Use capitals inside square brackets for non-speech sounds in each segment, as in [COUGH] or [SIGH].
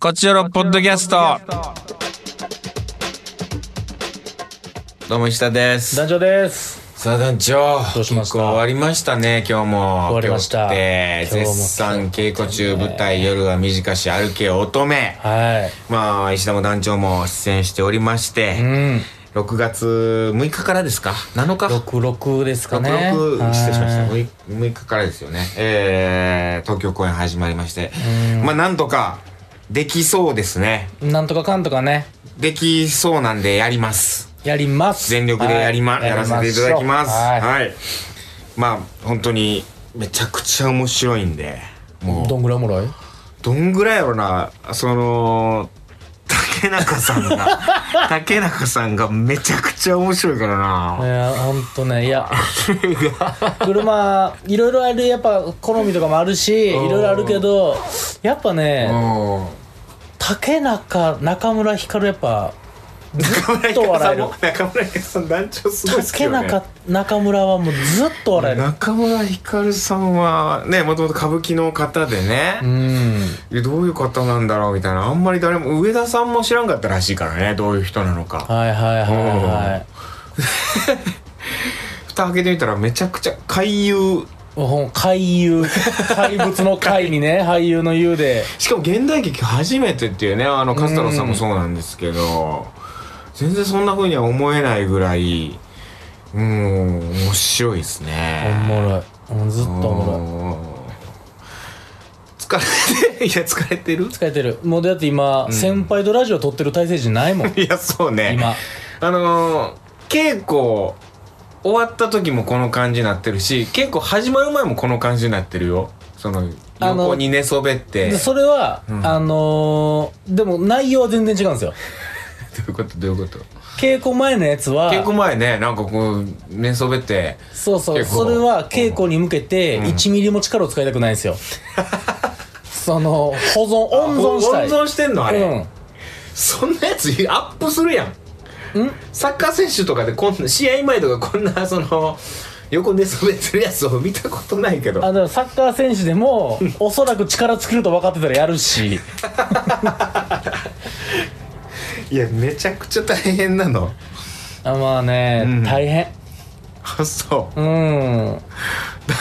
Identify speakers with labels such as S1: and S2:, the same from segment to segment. S1: こちらのポッドキャスト。どうも石田です。
S2: 団長です。
S1: さあ団長、
S2: どうしま
S1: 結
S2: した
S1: 構終わりましたね、今日も。
S2: 終わりました
S1: 今日って
S2: 今日も
S1: 絶賛稽古中、舞台夜は短し歩け乙女。
S2: は
S1: まあ、石田も団長も出演しておりまし
S2: い。う
S1: て、
S2: ん。
S1: 6月6日からですか ?7 日
S2: 六六ですかね。
S1: 66失礼しました
S2: はい
S1: 6, 6日からですよね、えー、東京公演始まりまして
S2: うん
S1: まあなんとかできそうですね
S2: なんとかかんとかね、
S1: できそうなんでやります
S2: やります。
S1: 全力でやりま、
S2: はい
S1: やらせていただきます
S2: や
S1: はい、
S2: りましょう
S1: まあ本当にめちゃくちゃ面白いんで
S2: はい。
S1: も
S2: どんぐらいおもろいう
S1: どんぐらいやろなその竹中さんが竹中さんがめちゃくちゃ面白いから
S2: い
S1: な
S2: や、ほんとね、
S1: [LAUGHS]
S2: いや、車、いろいろある、やっぱ、好みとかもあるし、い
S1: うん
S2: ろいろあるけど、やっぱね、
S1: もう
S2: 竹中、中村光やっぱ、
S1: 中村
S2: っと笑える
S1: 中村光さん団長すごい好き
S2: 竹
S1: よね
S2: 中、中村はもうずっと笑える。
S1: 中村光さんはねもともと歌舞伎の方でね
S2: う、ん。
S1: いやどういう方なんだろうみたいなあんまり誰も上田さんも知らんかったらしいからねどういう人なのか
S2: はいはいはいはい。
S1: 蓋開けてみたらめちゃくちゃ俳優
S2: ほん
S1: [LAUGHS]
S2: 怪優怪物の怪にね俳優の優で
S1: しかも現代劇初めてっていうねあの勝太郎さんもそうなんですけど、全然そんな風には思えないぐらいうん面白いです
S2: お
S1: ね
S2: もろいもうずっとおもろ
S1: 疲れていや疲れてる
S2: い疲れてるもうだって今、先輩とラジオ撮ってる体制じゃないもん
S1: いやそうね
S2: 今
S1: あのー、稽古終わった時もこの感じになってるし稽古始まる前もこの感じになってるよその
S2: あの
S1: 横に寝そべって
S2: でそれは、
S1: ん
S2: あのー、でも内容は全然違うんですよ
S1: どういうことどういうこと
S2: 稽古前のやつは
S1: 稽古前ねなんかこう寝そべって
S2: そうそう
S1: 稽古
S2: それは稽古に向けて1ミリも力を使いたくないんで
S1: [LAUGHS]
S2: すよ、その保存温存したい
S1: あ温存してんのあれ、
S2: うん
S1: そんなやつアップするやん
S2: ん
S1: サッカー選手とかでこんな試合前とかこんなその横寝そべってるやつを見たことないけど
S2: あのサッカー選手でもおそらく力尽きると分かってたらやるし
S1: いやめちゃくちゃ大変なの
S2: あまあね、
S1: うん
S2: 大変
S1: あそう
S2: うん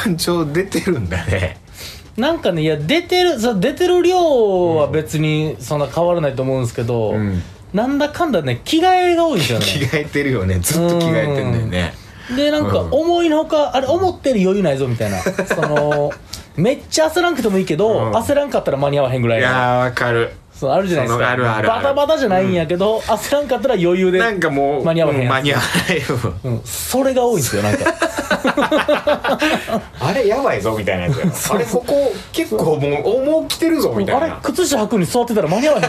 S1: 団長出てるん
S2: [LAUGHS]
S1: だね
S2: なんかねいや出てるその出てる量は別にそんな変わらないと思うんですけど、
S1: うん
S2: なんだかんだね着替えが多いんですよ
S1: 着
S2: ね
S1: 替えてるよねずっと着替えてんだよね
S2: でなんか
S1: うん
S2: 思いのほかあれ思ってる余裕ないぞみたいなそ
S1: [LAUGHS]
S2: のめっちゃ焦らんくてもいいけど、
S1: うん
S2: 焦らんかったら間に合わへんぐら
S1: い
S2: いの
S1: やーわかる
S2: そうあるじゃないです
S1: その
S2: か
S1: あるあるあ
S2: バ
S1: る
S2: タバタじゃないんやけど、焦らんかったら余裕で
S1: なんかもう
S2: 間に合わへん
S1: うん
S2: やつ
S1: 間に合わないよ
S2: うん、それが多いんですよなんか
S1: あれやばいぞみたいなや
S2: [LAUGHS]
S1: つやろあれここ結構もう重きてる [LAUGHS] ぞみた
S2: あ
S1: い
S2: れ
S1: な
S2: 靴下履くに座ってたら間
S1: [LAUGHS]
S2: に合わへんぞ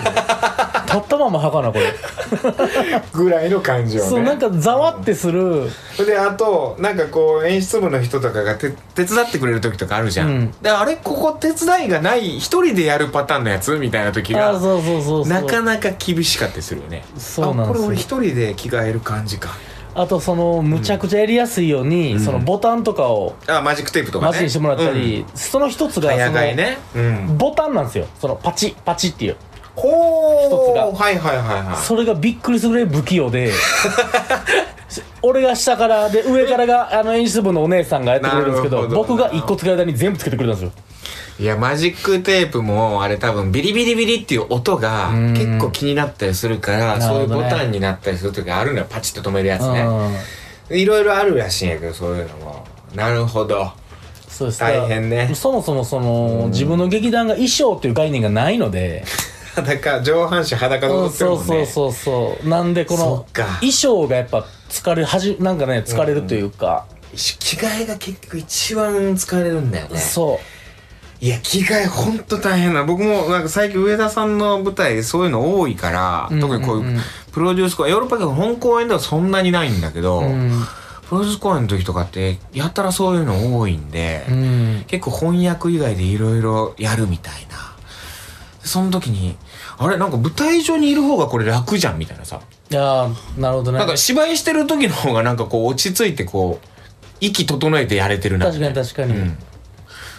S2: 立ったまま履かなこれ
S1: ぐらいの感じよね
S2: そうなんかざわってする
S1: であとなんかこう演出部の人とかがて手伝ってくれる時とかあるじゃん、
S2: うん
S1: であれここ手伝いがない一人でやるパターンのやつみたいな時
S2: あ
S1: が
S2: そうそうそうそう
S1: なかなか厳しかったりするよね
S2: そうなん
S1: あこ
S2: ですよ
S1: れ俺一人で着替える感じか
S2: あとそのむちゃくちゃやりやすいように、そのボタンとかを
S1: あマジックテープとかね
S2: マジにしてもらったり、その一つが
S1: 早
S2: そ
S1: 替え
S2: の、
S1: ね、うん、
S2: ボタンなんですよそのパチッパチッっていう
S1: ほ
S2: 一つが
S1: はいはいはいは
S2: それがびっくりするぐらい不器用で [LAUGHS] し俺が下からで上からがあの演出部のお姉さんがやってくれるんですけ
S1: な
S2: ど
S1: るほど
S2: 僕が一個つける間に全部つけてくれたんですよ
S1: いいやマジックテープもあれ多分ビリビリビリっていう音が
S2: うん
S1: 結構気になったりするから、
S2: なる
S1: そうい
S2: ほ
S1: う
S2: ど
S1: ボ
S2: ね
S1: タンになったりする時あるのよパチッと止めるやつね
S2: うん
S1: いろいろあるらしいんやけどそういうのもなるほど [LAUGHS]
S2: そうです
S1: 大変ね
S2: だからそもそもその自分の劇団が衣装っていう概念がないので
S1: 裸上半身裸で
S2: う
S1: 踊っ
S2: ん
S1: てる
S2: そ
S1: もん
S2: う
S1: ね
S2: そうそうそうなんでこ
S1: そ
S2: の
S1: っか
S2: 衣装がやっぱ疲れるはじなんかね疲れるというか、
S1: 着替えが結局一番疲れるんだよね
S2: そ
S1: いや着替えほんと大変な僕もなんか最近上田さんの舞台でそういうの多いから、
S2: うんうんうん
S1: 特にこういうプロデュース公演ヨーロッパ系の本公演ではそんなにないんだけど、
S2: ううん、
S1: プロデュース公演の時とかってやたらそういうの多いんで、
S2: うん、
S1: 結構翻訳以外でいろいろやるみたいなその時にあれなんか舞台上にいる方がこれ楽じゃんみたいなさ
S2: いやーなるほどね
S1: なんか芝居してる時の方がなんかこう落ち着いてこう息整えてやれてるな
S2: 確かに確かに、
S1: うん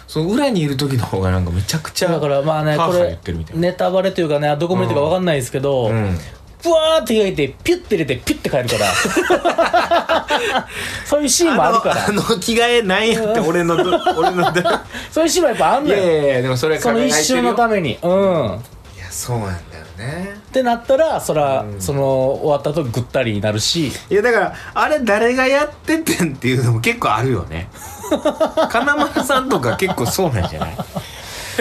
S1: その裏にいる時の方がなんかめちゃくちゃ
S2: だからまあね
S1: ハー
S2: こ
S1: ハー言
S2: れ
S1: ってるみたいな、
S2: ネタバレというかねどこまでというかわかんないですけど、
S1: うん、
S2: ふわーって開いてピュッて入れてピュッて帰るから
S1: [LAUGHS]
S2: そういうシーンもあるか
S1: あ
S2: ら
S1: のあの着替えないやって俺のど俺
S2: [LAUGHS]
S1: のど
S2: そういうシーンもやっぱあん
S1: い
S2: の
S1: やい
S2: よ
S1: やいやでもそれ
S2: その一瞬のた
S1: め
S2: めにうんっ
S1: いやそうなんだよね
S2: てなったらそら、その終わった後ぐったりになるし
S1: いやだからあれ誰がやっててんっていうのも結構あるよ
S2: [LAUGHS]
S1: ね金丸さんとか結構そうなんじゃない
S2: あ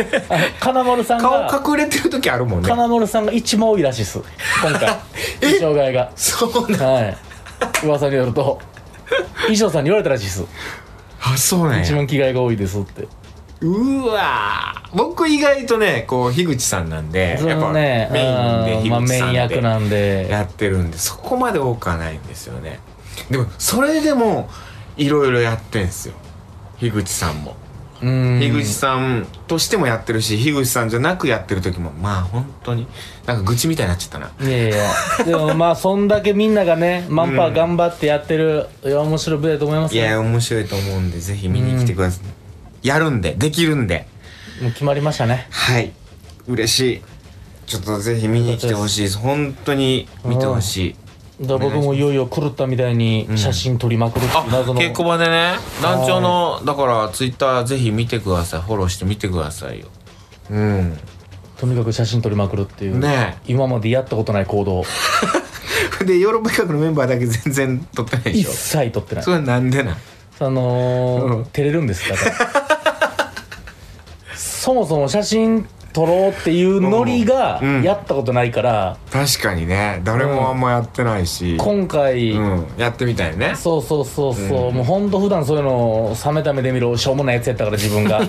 S2: の金丸さんが
S1: 顔隠れてる時あるもんね
S2: 金丸さんが一番多いらしいっす今回
S1: [LAUGHS] え
S2: 衣装替えが
S1: そうなん
S2: はい噂によると衣装さんに言われたらしいっす
S1: あそうなん
S2: 一
S1: や
S2: 番着替えが多いですって
S1: うわー僕意外とねこう樋口さんなんで
S2: そ
S1: やっぱ
S2: のね
S1: メイン
S2: う
S1: で
S2: んまあ
S1: 樋口
S2: メ
S1: さ
S2: イン役なんん
S1: で
S2: で
S1: やってるんでそこまで多くはないんですよねでもそれでもいろいろやってんすよ樋口さんも
S2: うん
S1: 樋口さんとしてもやってるし樋口さんじゃなくやってる時もまあ本当になんか愚痴みたいになっちゃったない
S2: やいやでもまあそんだけみんながねマンパー頑張ってやってる、いや面白い舞台だと思います
S1: い
S2: よ
S1: や面白いと思うんでぜひ見に来てください、やるんでできるんで
S2: もう決まりましたね
S1: はい嬉しいちょっとぜひ見に来てほしいです本当に見てほしい
S2: だから僕もいよいよ狂ったみたいに写真撮りまくるってい
S1: あ
S2: う謎の、
S1: 稽古場でね団長のだからツイッターぜひ見てくださいフォローして見てくださいようん
S2: とにかく写真撮りまくるっていう
S1: ね
S2: 今までやったことない行動
S1: え [LAUGHS] でヨーロッパ企画のメンバーだけ全然撮ってないで
S2: 一
S1: しょ
S2: 切撮ってない
S1: それなんでなん
S2: あのー
S1: うん
S2: 照れるんですだからそもそも写真撮ろうっていうノリが
S1: うんうん
S2: やったことないから、
S1: 確かにね誰もあんまやってないし、
S2: 今回、
S1: うん、やってみたいね
S2: そうそうそうそう、もうほんと普段そういうのを冷めた目で見るしょうもないやつやったから自
S1: [LAUGHS]
S2: 分が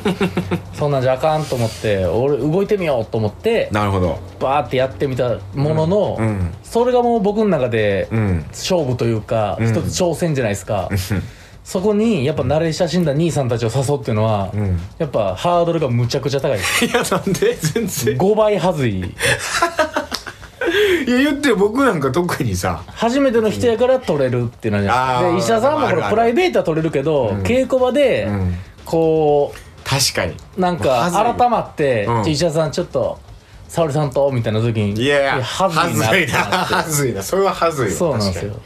S2: そんなんじゃあかんと思って俺動いてみようと思って
S1: なるほど
S2: バーってやってみたものの、
S1: うんうん
S2: それがもう僕の中で
S1: うん
S2: 勝負というか、
S1: ん
S2: 一つ挑戦じゃないですか、そこにやっぱナレーシャ死んだ兄さんたちを誘うっていうのは、
S1: ん
S2: やっぱハードルがむちゃくちゃ高いです
S1: いやなんで全然
S2: 5倍はずい
S1: いや言ってよ僕なんか特にさ
S2: 初めての人やから取れるっていうのじゃない
S1: あー
S2: ですかで石田さんもこ
S1: ある
S2: れ
S1: ある
S2: プライベートは取れるけど、稽古場で、
S1: ん
S2: こう
S1: 確かに
S2: なん
S1: はずいよ
S2: か改まって
S1: うん
S2: 「石田さんちょっと沙織さんと」みたいな時に
S1: いやいや
S2: はずいなってなって
S1: はずいなそれははずいわ
S2: そうなんです
S1: 確か
S2: よ
S1: に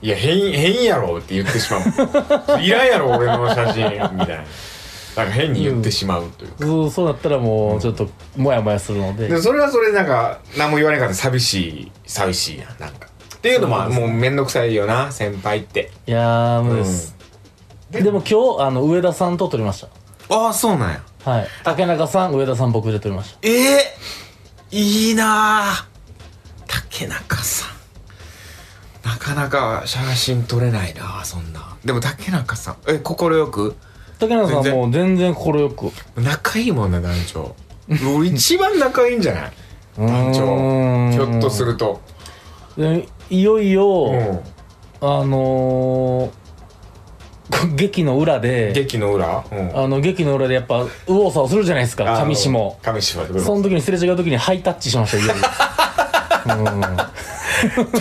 S1: いや変変やろって言ってしま [LAUGHS] ういらんやろ俺の写真みたいななんか変に言ってしまうという、
S2: そうそうなったらもうちょっとモヤモヤするので
S1: でもそれはそれでなんか何も言われなかったら寂しい寂しいやんなんかっていうのももう面倒くさいよな先輩って
S2: いやー無理です
S1: うん
S2: でも今日あの上田さんと撮りまし
S1: ああそうなんや
S2: たはい竹中さん上田さん僕で撮りました
S1: ええいいなあ竹中さんなかなか写真撮れないなあそんなでも竹中さんえ快く
S2: 竹中さ
S1: 全
S2: ん
S1: 然
S2: もう全然快くう
S1: 仲いいもんな団長もう一番仲いいんじゃない団長
S2: ーん
S1: ひょっとすると
S2: でいよいよ、
S1: うん
S2: あのー、劇の裏で
S1: 劇の裏うん
S2: あの劇の裏でやっぱ右往左往するじゃないですか
S1: あの
S2: 上下
S1: 上下で
S2: その時にすれ違う時にハイタッチしましたよ家で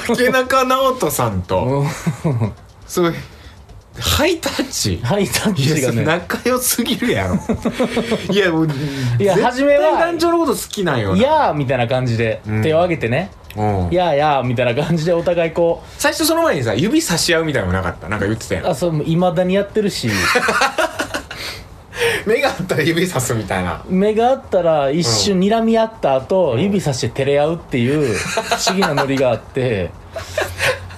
S1: 竹中直人さん
S2: う
S1: と
S2: ん、うん
S1: すごいハイタッチ
S2: ハイタッ
S1: いや
S2: チが
S1: それ
S2: ね
S1: 仲良すぎるや
S2: [LAUGHS]
S1: ろいやもう
S2: い
S1: 絶
S2: や
S1: 対
S2: 初めは
S1: 団長のこと好きなんよ
S2: 「い
S1: な
S2: やー」みたいな感じで、
S1: うん
S2: 手を挙げてね
S1: うん
S2: 「やーやー」みたいな感じでお互いこ
S1: 最初その前にさ指差し合うみたいなのなかったなんか言ってたや
S2: うあ
S1: ん
S2: そういまだにやって
S1: [LAUGHS]
S2: るし
S1: 目があったら指差すみたいな
S2: 目が合ったら一瞬睨み合った後、指さして照れ合うっていう不思議なノリがあって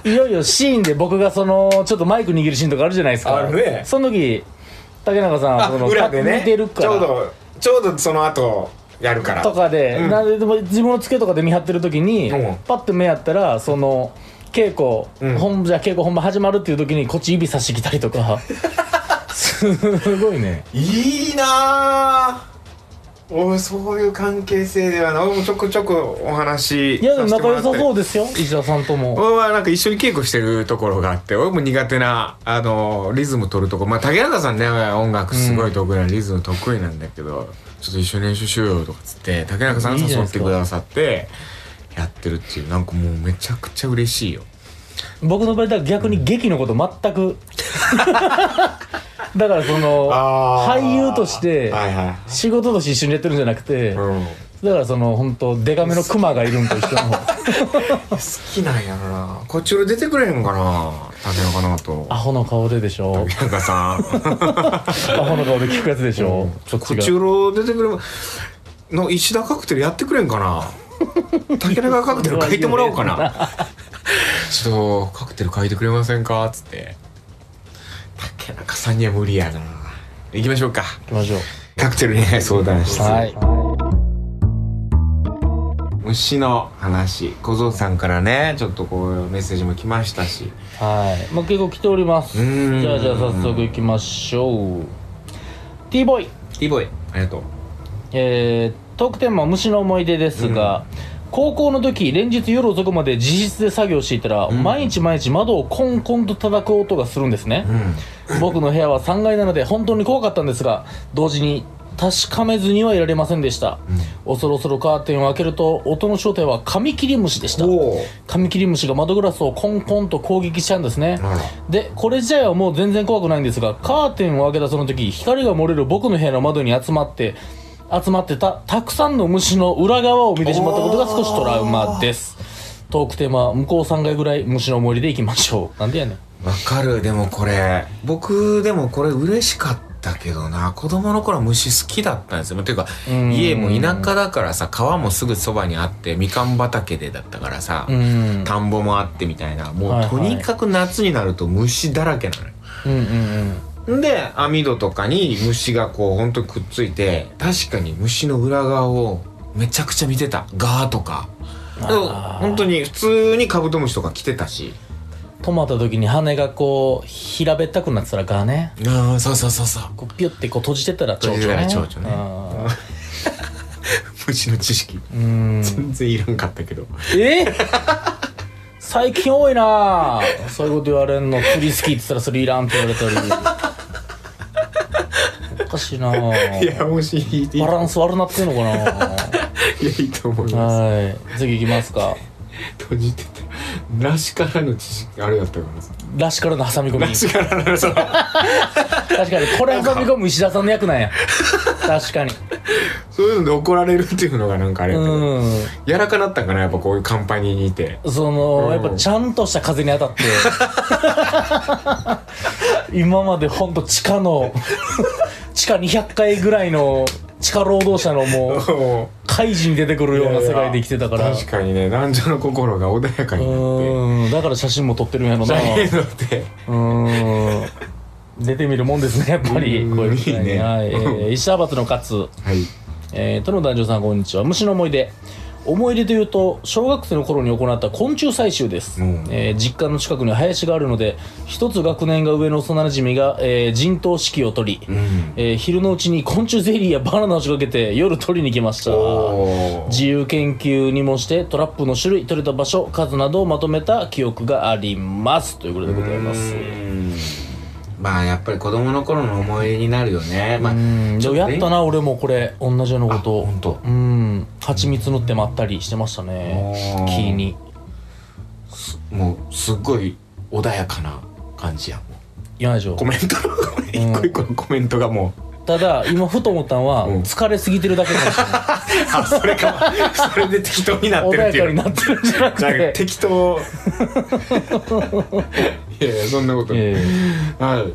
S2: いよいよシーンで僕がそのちょっとマイク握るシーンとかあるじゃないですか
S1: あるね
S2: その時竹中さんは
S1: あ
S2: その
S1: 裏でね
S2: 見てるから
S1: ちょうどちょうどその後やるから
S2: とかで、
S1: うん
S2: なんででも自分のつけとかで見張ってる時に、
S1: うん
S2: パッて目やったらその稽古、
S1: うん
S2: 本じゃあ稽古本番始まるっていう時にこっち指差してきたり
S1: [LAUGHS]
S2: とかすごいね
S1: いいなあおいそういう関係性ではな俺もちょくちょくお話
S2: いやでも仲良さそう
S1: う
S2: ですよ石田さんとも
S1: 俺はなんか一緒に稽古してるところがあって俺も苦手なあのリズム取るとこまあ竹中さんね音楽すごい得意な、リズム得意なんだけどちょっと一緒に練習しようよとかっつって竹中さんが誘ってくださってやってるっていうなんかもうめちゃくちゃ嬉しいよ [LAUGHS]
S2: 僕の場合だから逆に劇のこと全く全だからその
S1: あー
S2: 俳優として
S1: はいはい
S2: 仕事として一緒にやってるんじゃなくて、
S1: うん、好
S2: だからその本当デカめのクマがいるんと一緒の
S1: [LAUGHS] きなんやろなこっちより出てくれへんかな竹中直人
S2: アホの顔でで
S1: [LAUGHS]
S2: しょ
S1: 竹中さ
S2: [LAUGHS]
S1: ん
S2: アホの顔で聞くやつでしょ、そっ
S1: こ
S2: ち
S1: っ
S2: が
S1: ちよろ出てくればの石田カクテルやってくれんかな竹中カクテル書いてもらおうか
S2: [LAUGHS]
S1: なちょっとカクテル書いてくれませんかっつって竹中さんには無理やな行きましょうか
S2: 行きましょう
S1: カクテル恋愛相談室、
S2: はい
S1: 虫の話小僧さんからねちょっとこうメッセージも来ましたし
S2: はい、まあ、結構来ております
S1: うーん
S2: じゃあじゃあ早速行きましょう T ボーイ
S1: イボイありがとう
S2: えー、トークテーマは虫の思い出ですが、高校の時連日夜遅くまで自室で作業していたら、毎日毎日窓をコンコンと叩く音がするんですね、僕の部屋は3階なので本当に怖かったんですが同時に確かめずにはいられませんでした、恐ろ恐ろカーテンを開けると音の正体はカミキリムシでした
S1: おお
S2: カミキリムシが窓ガラスをコンコンと攻撃しちゃうんですね
S1: あら
S2: でこれ自体はもう全然怖くないんですがカーテンを開けたその時光が漏れる僕の部屋の窓に集まって集まってたたくさんの虫の裏側を見てしまったことが少しトラウマですトークテーマは向こう3回ぐらい虫の森でいきましょうなんでやねん
S1: わかるでもこれ僕でもこれ嬉しかったけどな子供の頃は虫好きだったんですよていうか
S2: うん
S1: 家も田舎だからさ川もすぐそばにあってみかん畑でだったからさ、
S2: うん
S1: 田んぼもあってみたいな
S2: は
S1: も
S2: いうはい
S1: とにかく夏になると虫だらけなのよ。
S2: うんうん
S1: んで網戸とかに虫がこうほんとくっついて確かに虫の裏側をめちゃくちゃ見てたガーとか。でも
S2: あー
S1: 本当に普通にカブトムシとか来てたし。
S2: 止まった時に羽がこう平べったくなってたらガーね
S1: ああそうそうそうそう。
S2: こうピュってこう閉じてたら蝶々ね
S1: 閉じてたら蝶々
S2: ね
S1: [LAUGHS] 虫の知識。
S2: うん
S1: 全然いらんかったけど
S2: え [LAUGHS] 最近多いなぁそういうこと言われんの釣り好きって言ったらそれいらんって言われたりおかしいなぁ
S1: [LAUGHS] いやもしいいいいい
S2: バランス悪なってんのかな
S1: やいいと思い
S2: ぁ
S1: ます
S2: はい次行きますか
S1: 閉じてたらしからぬ知識あれだったからさ
S2: らしからの挟み込み
S1: らしからぬ [LAUGHS] その
S2: 確かにこれ挟み込む石田さんの役なんや確かに
S1: そういうので怒られるっていうのがなんかあれやけど
S2: うん
S1: やらかなったんかなやっぱこういうカンパニーにいて
S2: その、
S1: うん
S2: やっぱちゃんとした風に
S1: [LAUGHS]
S2: 当たって今までほんと地下の地下200階ぐらいの地下労働者のもう怪人に出てくるような世界で生きてたから
S1: 確かにね男女の心が穏やかに
S2: う
S1: なって
S2: ーんだから写真も撮ってるんやろな
S1: だけ
S2: う
S1: どって
S2: ーん出てみるもんですねやっぱり
S1: うん
S2: こういう時代に
S1: いいね
S2: はいえー石田バの勝
S1: はい
S2: えー、との男女さんこんにちは虫の思い出思い出というと小学生の頃に行った昆虫採集です、
S1: うん
S2: えー実家の近くに林があるので一つ学年が上の幼馴染が、えー陣頭指揮を取
S1: う
S2: り、
S1: ん
S2: えー昼のうちに昆虫ゼリーやバナナを仕掛けて夜取りに行きました
S1: おー
S2: 自由研究にもしてトラップの種類取れた場所数などをまとめた記憶がありますということでございます
S1: うんまあやっぱり子供の頃の思い出になるよねまあ
S2: うんでもやったな俺もこれ同じようなことを
S1: 本当
S2: うん蜂蜜塗ってまったりしてましたね
S1: おー
S2: 木に
S1: もうすっごい穏やかな感じやもう
S2: 嫌でしょ
S1: コメントの一個一個のコメントがもう、
S2: ただ今ふと思ったんは、
S1: うん
S2: 疲れすぎてるだ
S1: [LAUGHS]
S2: けかもしれな
S1: あそれかそれで適当になってるっ
S2: い
S1: て
S2: 穏や
S1: いう
S2: かになってるんじゃなく
S1: じゃあ
S2: て
S1: 適当 [LAUGHS] いやいやそんなことない、
S2: え
S1: はい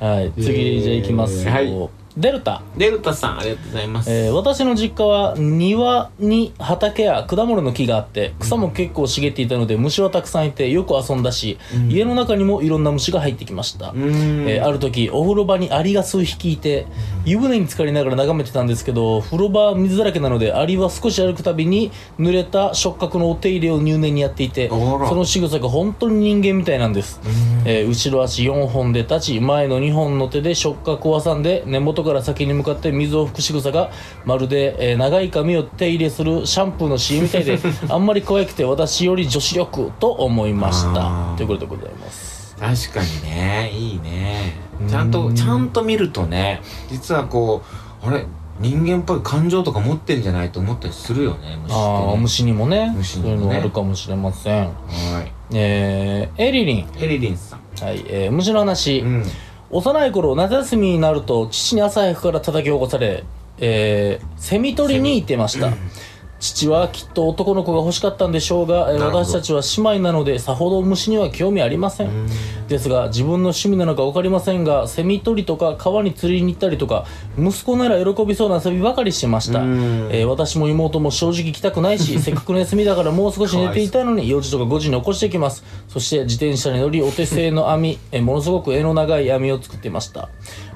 S2: え [LAUGHS] はい次じゃあいきますよ、
S1: はい
S2: デルタ
S1: デルタさんありがとうございます、
S2: えー私の実家は庭に畑や果物の木があって草も結構茂っていたので虫はたくさんいてよく遊んだし、家の中にもいろんな虫が入ってきました、
S1: うーん
S2: えーある時お風呂場にアリが数匹いて湯船に浸かりながら眺めてたんですけど風呂場は水だらけなのでアリは少し歩くたびに濡れた触覚のお手入れを入念にやっていて
S1: あら
S2: その仕草が本当に人間みたいなんです、えー後ろ足4本で立ち前の2本の手で触覚を挟んで根元から先に向かって水を拭く仕草がまるで、えー長い髪を手入れするシャンプーの CM みた
S1: [LAUGHS]
S2: いであんまり可愛くて私より女子力と思いました
S1: あー
S2: ということでございます
S1: 確かにねいいね
S2: うん
S1: ちゃんとちゃんと見るとね実はこうあれ人間っぽい感情とか持ってんじゃないと思ったりするよね虫ってね
S2: ああ虫にもね
S1: 虫に
S2: そう
S1: も
S2: い
S1: ね
S2: うのあるかもしれません
S1: は
S2: えー、エリリン
S1: いエリリンさん
S2: はい、えー、虫の話、
S1: うん
S2: 幼い頃夏休みになると父に朝早くから叩き起こされ、えー、セミ取りに行ってました父はきっと男の子が欲しかったんでしょうが、えー
S1: なるほど
S2: 私たちは姉妹なのでさほど虫には興味ありませんですが自分の趣味なのか分かりませんがセミ取りとか川に釣りに行ったりとか息子なら喜びそうな遊びばかりしてました、え
S1: うん
S2: ー私も妹も正直行きたくない [LAUGHS] しせっかくの休みだからもう少し寝ていたいのに4時とか5時に起こしてきますそして自転車に乗りお手製の網 [LAUGHS] えーものすごく柄の長い網を作ってました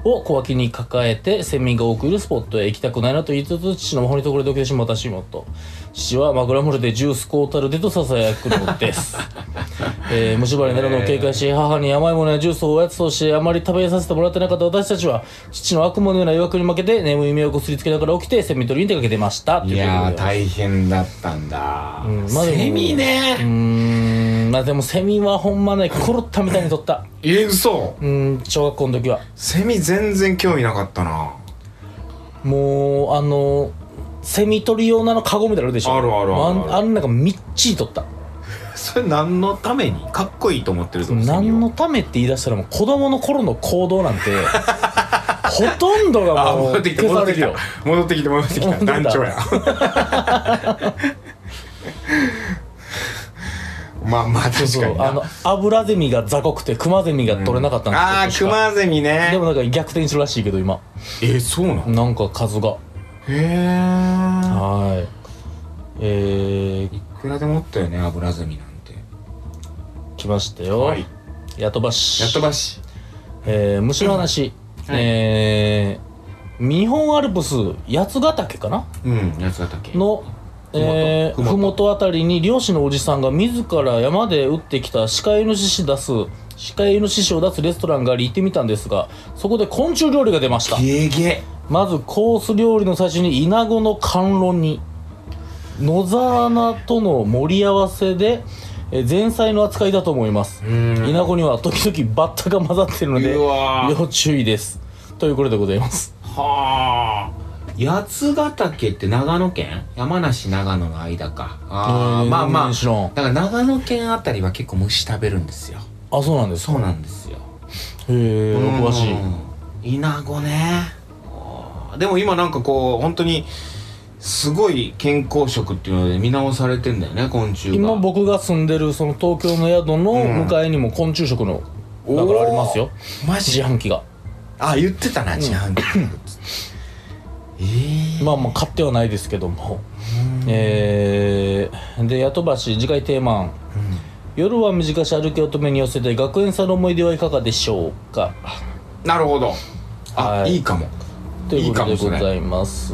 S2: を小脇に抱えてセミが多くいるスポットへ行きたくないなと言いつつ父の方にところで起きてしまったしもと父は枕元でジュースコータルでとささやくのですえー虫歯になるのを警戒し母に甘いものやジュースをおやつとしてあまり食べさせてもらってなかった私たちは父の悪夢のような誘惑に負けて眠い目をこすりつけながら起きてセミ取りに出かけてましたと
S1: い
S2: いうことでござ
S1: や
S2: い
S1: ー
S2: ます
S1: 大変だったんだ、
S2: うんまあでも
S1: セミ
S2: うー
S1: ね
S2: んまあでもセミはほんまねコロッタみたいに取った
S1: えそう [LAUGHS]
S2: うん小学校の時は
S1: セミ全然興味なかったな
S2: もうあのセミ取り用なのカゴみたいなのあるでしょ
S1: あるあるあるある
S2: んあんなんかみっちり取った
S1: それ何のためにかっこいいと思ってるぞ
S2: 何のためって言い出したらもう子供の頃の行
S1: [LAUGHS]
S2: 動なんてほとんど
S1: あ
S2: がもう
S1: 戻ってきた
S2: 消
S1: 戻
S2: さ
S1: って
S2: れ
S1: きた
S2: るよ
S1: 戻ってきた戻ってき
S2: 戻ったてきた
S1: 団長や [LAUGHS] まあまあ
S2: そう
S1: 確
S2: そ
S1: か
S2: う
S1: に
S2: あの油ゼミが雑魚くて熊ゼミが取れなかったん
S1: ああ
S2: です
S1: ー
S2: よ、
S1: ク
S2: 確か
S1: マゼミ
S2: で
S1: ね
S2: もなんか逆転するらしいけど今
S1: えそうなのへ
S2: なんか数が
S1: え
S2: はいえー、
S1: いくらでもおったよね油ゼミなんて
S2: 来ましたよ、
S1: はい
S2: やとばし
S1: やっとばし
S2: えー、虫の話、
S1: はい
S2: えー日本アルプス八ヶ岳かな
S1: うん八ヶ岳
S2: の
S1: ふもと
S2: え
S1: ふもと
S2: ーふもとあたりに漁師のおじさんが自ら山で撃ってきた鹿イノシシ出す鹿イノシシを出すレストランがあり行ってみたんですがそこで昆虫料理が出ました
S1: ゲゲ
S2: まずコース料理の最初にイナゴの甘露煮野沢菜との盛り合わせでえー前菜の扱いだと思います
S1: うん
S2: イナゴには時々バッタが混ざってるので
S1: うわー
S2: 要注意ですということでございます
S1: はあ八ヶ岳って長野県山梨長野の間かあー
S2: えー
S1: まあまあ
S2: 知らん
S1: だから長野県あたりは結構虫食べるんですよ
S2: あそうなんです
S1: そうなんですよ
S2: へえお詳しい
S1: いイナゴねあーでも今なんかこう本当にすごい健康食っていうので見直されてんだよね昆虫が
S2: 今僕が住んでるその東京の宿の向かいにも昆虫食の
S1: おー
S2: だからありますよ
S1: マジ
S2: 自販機が
S1: あ言ってたな自販機ええ
S2: まあまあ買ってはないですけどもえー、で八飛ばし次回テーマ案夜は短し歩き乙女に寄せて学園祭の思い出はいかがでしょうか
S1: なるほどあ
S2: はい
S1: いいかも
S2: ということ
S1: い
S2: で
S1: いかもそ
S2: ご
S1: れ
S2: ざいます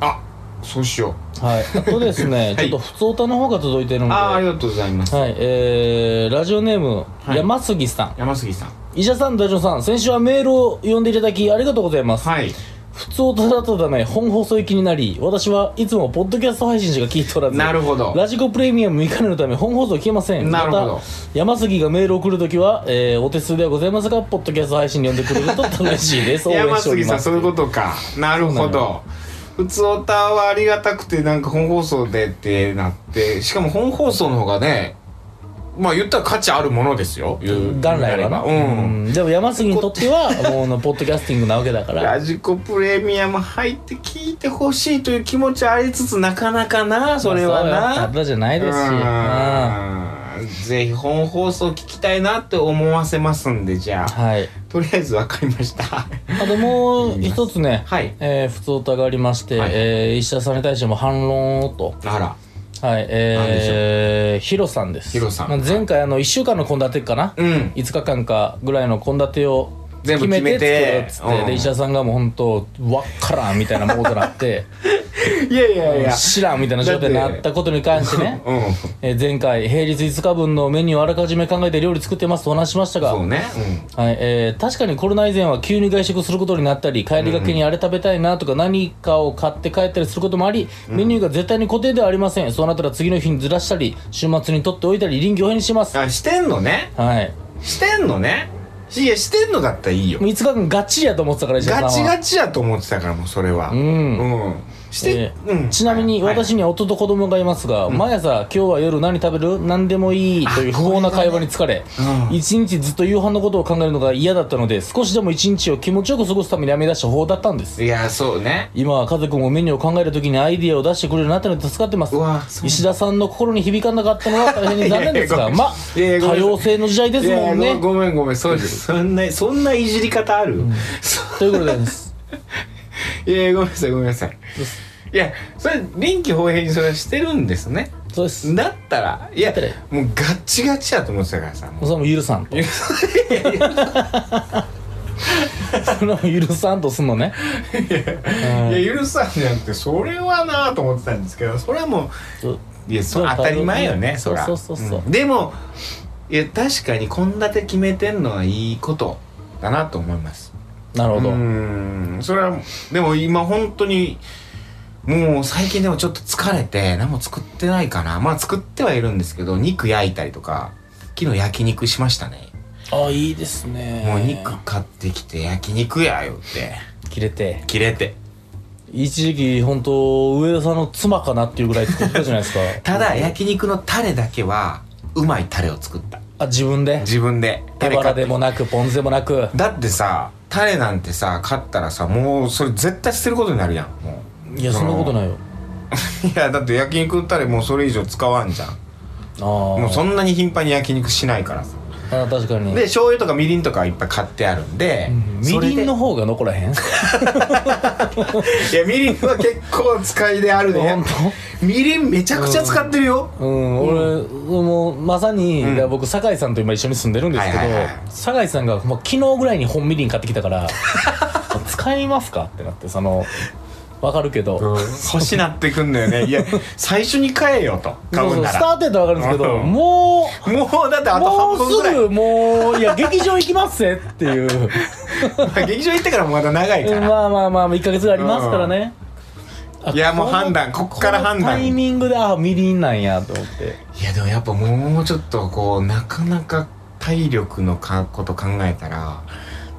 S1: あそうしよう
S2: はいあとです
S1: は
S2: ね、
S1: い
S2: ちょっと普通歌の方が届いてるので
S1: あああり
S2: は
S1: がとうございます、
S2: いえー、ラジオネーム、
S1: はい
S2: 山杉さん
S1: 山杉さん
S2: 医者さん大丈夫さん先週はメールを読んでいただきありがとうございます
S1: はい
S2: 普通音だったため本放送行きになり私はいつもポッドキャスト配信しか聞いておらず
S1: なるほど
S2: ラジコプレミアムいかぬのため本放送聞けません
S1: なるほど
S2: また山杉がメールを送るときは、えーお手数ではございますがポッドキャスト配信に呼んでくれると楽しい
S1: [LAUGHS]
S2: です応援
S1: 山
S2: してお
S1: 杉
S2: り
S1: さ
S2: ま
S1: ん
S2: す
S1: そういうことかなるほ
S2: そうな
S1: ど普通オタはありがたくてなんか本放送でってなってしかも本放送の方がねまあ言ったら価値あるものですよ言う
S2: 元来は
S1: な
S2: な、
S1: ればうん、
S2: うんでも山杉にとってはもうあのポッドキャスティングなわけだから
S1: ラジコプレミアム入って聞いてほしいという気持ちはありつつなかなかなそれは
S2: まあそうよ
S1: な、
S2: ただじゃないですしうん
S1: うんぜひ本放送聞きたいなって思わせますんでじゃあ
S2: はい
S1: とりあえずわかりました。 [LAUGHS]
S2: あともう一つね、
S1: はい。
S2: えー、普通歌がありまして、
S1: はい
S2: えー石田さんに対しても反論をと
S1: あら。
S2: はい、えー、ヒロさんです。
S1: ヒロさん
S2: まあ前回、あの、1週間の献立かな、
S1: うん。
S2: ?5 日間かぐらいの献立を
S1: 全部決めて
S2: 決め作るっつって、
S1: うん
S2: で、医者さんがもう本当わっからんみたいなもうと
S1: [LAUGHS]
S2: なって、
S1: いやいやいや。
S2: 知らんみたいな状態になったことに関して
S1: [LAUGHS]
S2: ね、
S1: うん。
S2: えー前回、平日5日分のメニューをあらかじめ考えて料理作ってますとお話ししましたが
S1: そ、うね。
S2: はいえー確かにコロナ以前は急に外食することになったり帰りがけにあれ食べたいなとか何かを買って帰ったりすることもあり、メニューが絶対に固定ではありませんそうなったら次の日にずらしたり週末に取っておいたり臨機応変にします
S1: うん。あ、してんのね。
S2: はい
S1: してんのね。いや、してんのだったらいいよ
S2: もう。5日間がっちりやと思ってたから石田さん
S1: ガ
S2: は
S1: チガチやと思ってたからもうそれは。
S2: うん
S1: うん。
S3: して、
S2: えー
S3: うん
S2: ちなみに
S1: はい
S2: 私には夫と子供がいますが、毎朝「今日は夜何食べる何でもいい」という不法な会話に疲れ一、日ずっと夕飯のことを考えるのが嫌だったので少しでも一日を気持ちよく過ごすために編み出した方法だったんです
S1: いやそうね
S2: 今は家族もメニューを考えるときにアイディアを出してくれるようになったので助かってます
S1: うわそう
S2: 石田さんの心に響かなかったのは大変に残念です
S1: いや
S2: が
S1: いや
S2: まあ
S1: いやいやご
S2: 多
S1: めんなさい
S2: 様性の時代ですもん
S1: い
S2: ね
S1: やごめんごめんそうです
S3: そんなそんないじり方ある、
S2: ということです
S1: [LAUGHS] いやごめんなさいごめんなさいいやそれ臨機応変にそれはしてるんですね
S2: そうです
S1: だったらいや
S2: だったら
S1: もうガッチガチだと思ってたからさもう
S2: それも許さんとそれも許さんとすんのねうん
S1: いや許さんじゃなくてそれはなと思ってたんですけどそれはも
S2: そう
S1: ういやそう
S2: そう
S1: 当たり前よね
S2: そ
S1: そうら
S2: そうそうそうん
S1: でもいや確かに献立決めてんのはいいことだなと思います
S2: なるほど、
S1: うんそれはでも今本当にもう最近でもちょっと疲れて何も作ってないかなまあ作ってはいるんですけど肉焼いたりとか昨日焼肉しましたね
S2: あいいですね
S1: もう肉買ってきて焼肉やよって
S2: 切れて
S1: 切れて
S2: 一時期本当上田さんの妻かなっていうぐらい作ってたじゃな
S1: [LAUGHS]
S2: いですか
S1: ただ焼肉のタレだけはうまいタレを作った
S2: あ自分で
S1: 自分で
S2: 手
S1: 買
S2: 腹
S1: って
S2: でもなくポン酢でもなく
S1: だってさタレなんてさ買ったらさもうそれ絶対捨てることになるやんも
S2: いやそんなことないよ
S1: う [LAUGHS] いやだって焼肉のタレもうそれ以上使わんじゃん
S2: ああ
S1: もうそんなに頻繁に焼肉しないからさ
S2: あ確かに
S1: で醤油とかみりんとかいっぱい買ってあるんで、
S2: うんみ
S1: それ
S2: り
S1: で
S2: んの方が残らへん
S1: いやみりんは結構使いであるね
S2: 本
S1: みりんめちゃくちゃ使ってるよ、
S2: うん、俺、もうまさに、
S1: ん
S2: いや僕酒井さんと今一緒に住んでるんですけど、
S1: はいはいはい
S2: 酒井さんがもう昨日ぐらいに本みりん買ってきたから
S1: [LAUGHS]
S2: 使いますかってなってそのわかるけど、
S1: 欲しなってくんのよねいや最初に買えよと買
S2: そううんそう
S1: な
S2: スター
S1: ら
S2: トやったらわかるんですけど、
S1: うん
S2: も
S1: もうだって
S2: う
S1: あと
S2: も
S1: 半
S2: う
S1: 分ぐ
S2: す
S1: らい
S2: ぐもういや劇場行きますぜっていう
S1: [LAUGHS] 劇場行ってからもまだ長いから、
S2: まあまあまあ1か月ぐらいありますからね、あ
S1: いやもう
S2: この
S1: 判断こっから判断
S2: このタイミングであみりんなんやと思って
S1: いやでもやっぱもうちょっとこうなかなか体力のかこと考えたら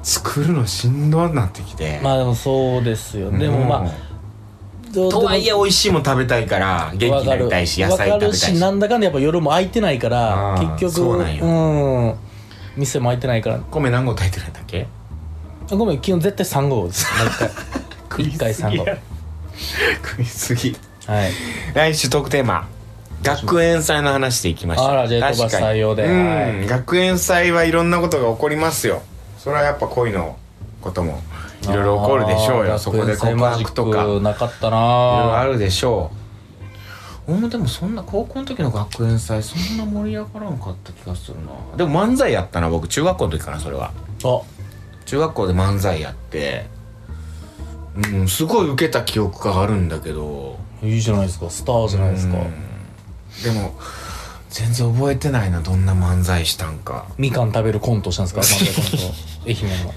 S1: 作るのしんどくなってきて
S2: まあでもそうですよ、でもま
S1: うん
S2: あどう
S1: とはいえ美味しいもん食べたいから元気になりたいし野菜食
S2: わか
S1: べ
S2: る
S1: たい
S2: し
S1: し
S2: なんだかんだやっぱ夜も空いてないから
S1: あー
S2: 結局
S1: そうなんよ
S2: うん店も空いてないから
S1: 米何合炊いてるんだっけ
S2: あごめん基本絶対3号
S1: [LAUGHS]
S2: です毎回一回3号
S1: や食いすぎ
S2: はい
S1: 来週トークテーマ学園祭の話でいきましょう
S2: あらじゃあ
S1: 確かに
S2: 飛ばし採用で
S1: うん
S2: はい
S1: 学園祭はいろんなことが起こりますよそれはやっぱ恋のこともいろいろ起こるでしょう
S2: あー
S1: よそこで告白とかいろ
S2: 学園祭マジックなかった
S1: いろあ
S2: な
S1: るでしょう俺もでもそんな高校の時の学園祭そんな盛り上がらんかった気がするなでも漫才やったな僕中学校の時かなそれは
S2: あ
S1: 中学校で漫才やってうんすごい受けた記憶があるんだけど
S2: いいじゃないですかスターじゃないですか
S1: うんでも全然覚えてないなどんな漫才したんか
S2: みかん食べるコントしたんで
S1: [LAUGHS]
S2: すか漫才コント愛媛の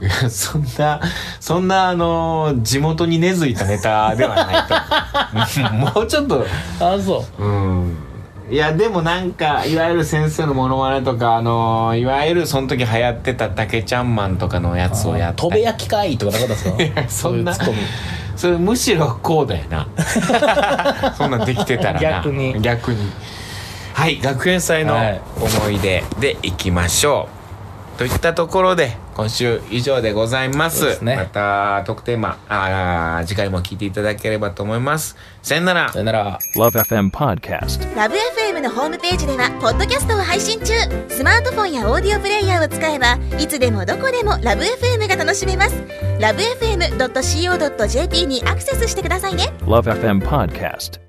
S1: いやそんなそんなあのー地元に根付いたネタでは [LAUGHS] ないともうちょっと
S2: あそう
S1: うんいやでもなんかいわゆる先生のモノマネとかあのーいわゆるその時流行ってたたけちゃんマンとかのやつをやった
S2: 飛べ焼きかいとかなかったですか
S1: [LAUGHS] そんな
S2: そういうツッコミ
S1: それむしろこうだよな [LAUGHS] そんなんできてたらな
S2: 逆に
S1: 逆にはい学園祭の
S2: はい
S1: 思い出でいきましょう、といったところで今週以上でございま
S2: そ
S1: す
S2: うですね
S1: また特テーマあー次回も聞いていただければと思いますさよなら
S2: さよなら
S4: Love FM Podcast.
S5: ラブ f m のホームページではポッドキャストを配信中スマートフォンやオーディオプレイヤーを使えばいつでもどこでもラブ f m が楽しめますラブ FM.co.jp にアクセスしてくださいね
S4: Love FM Podcast.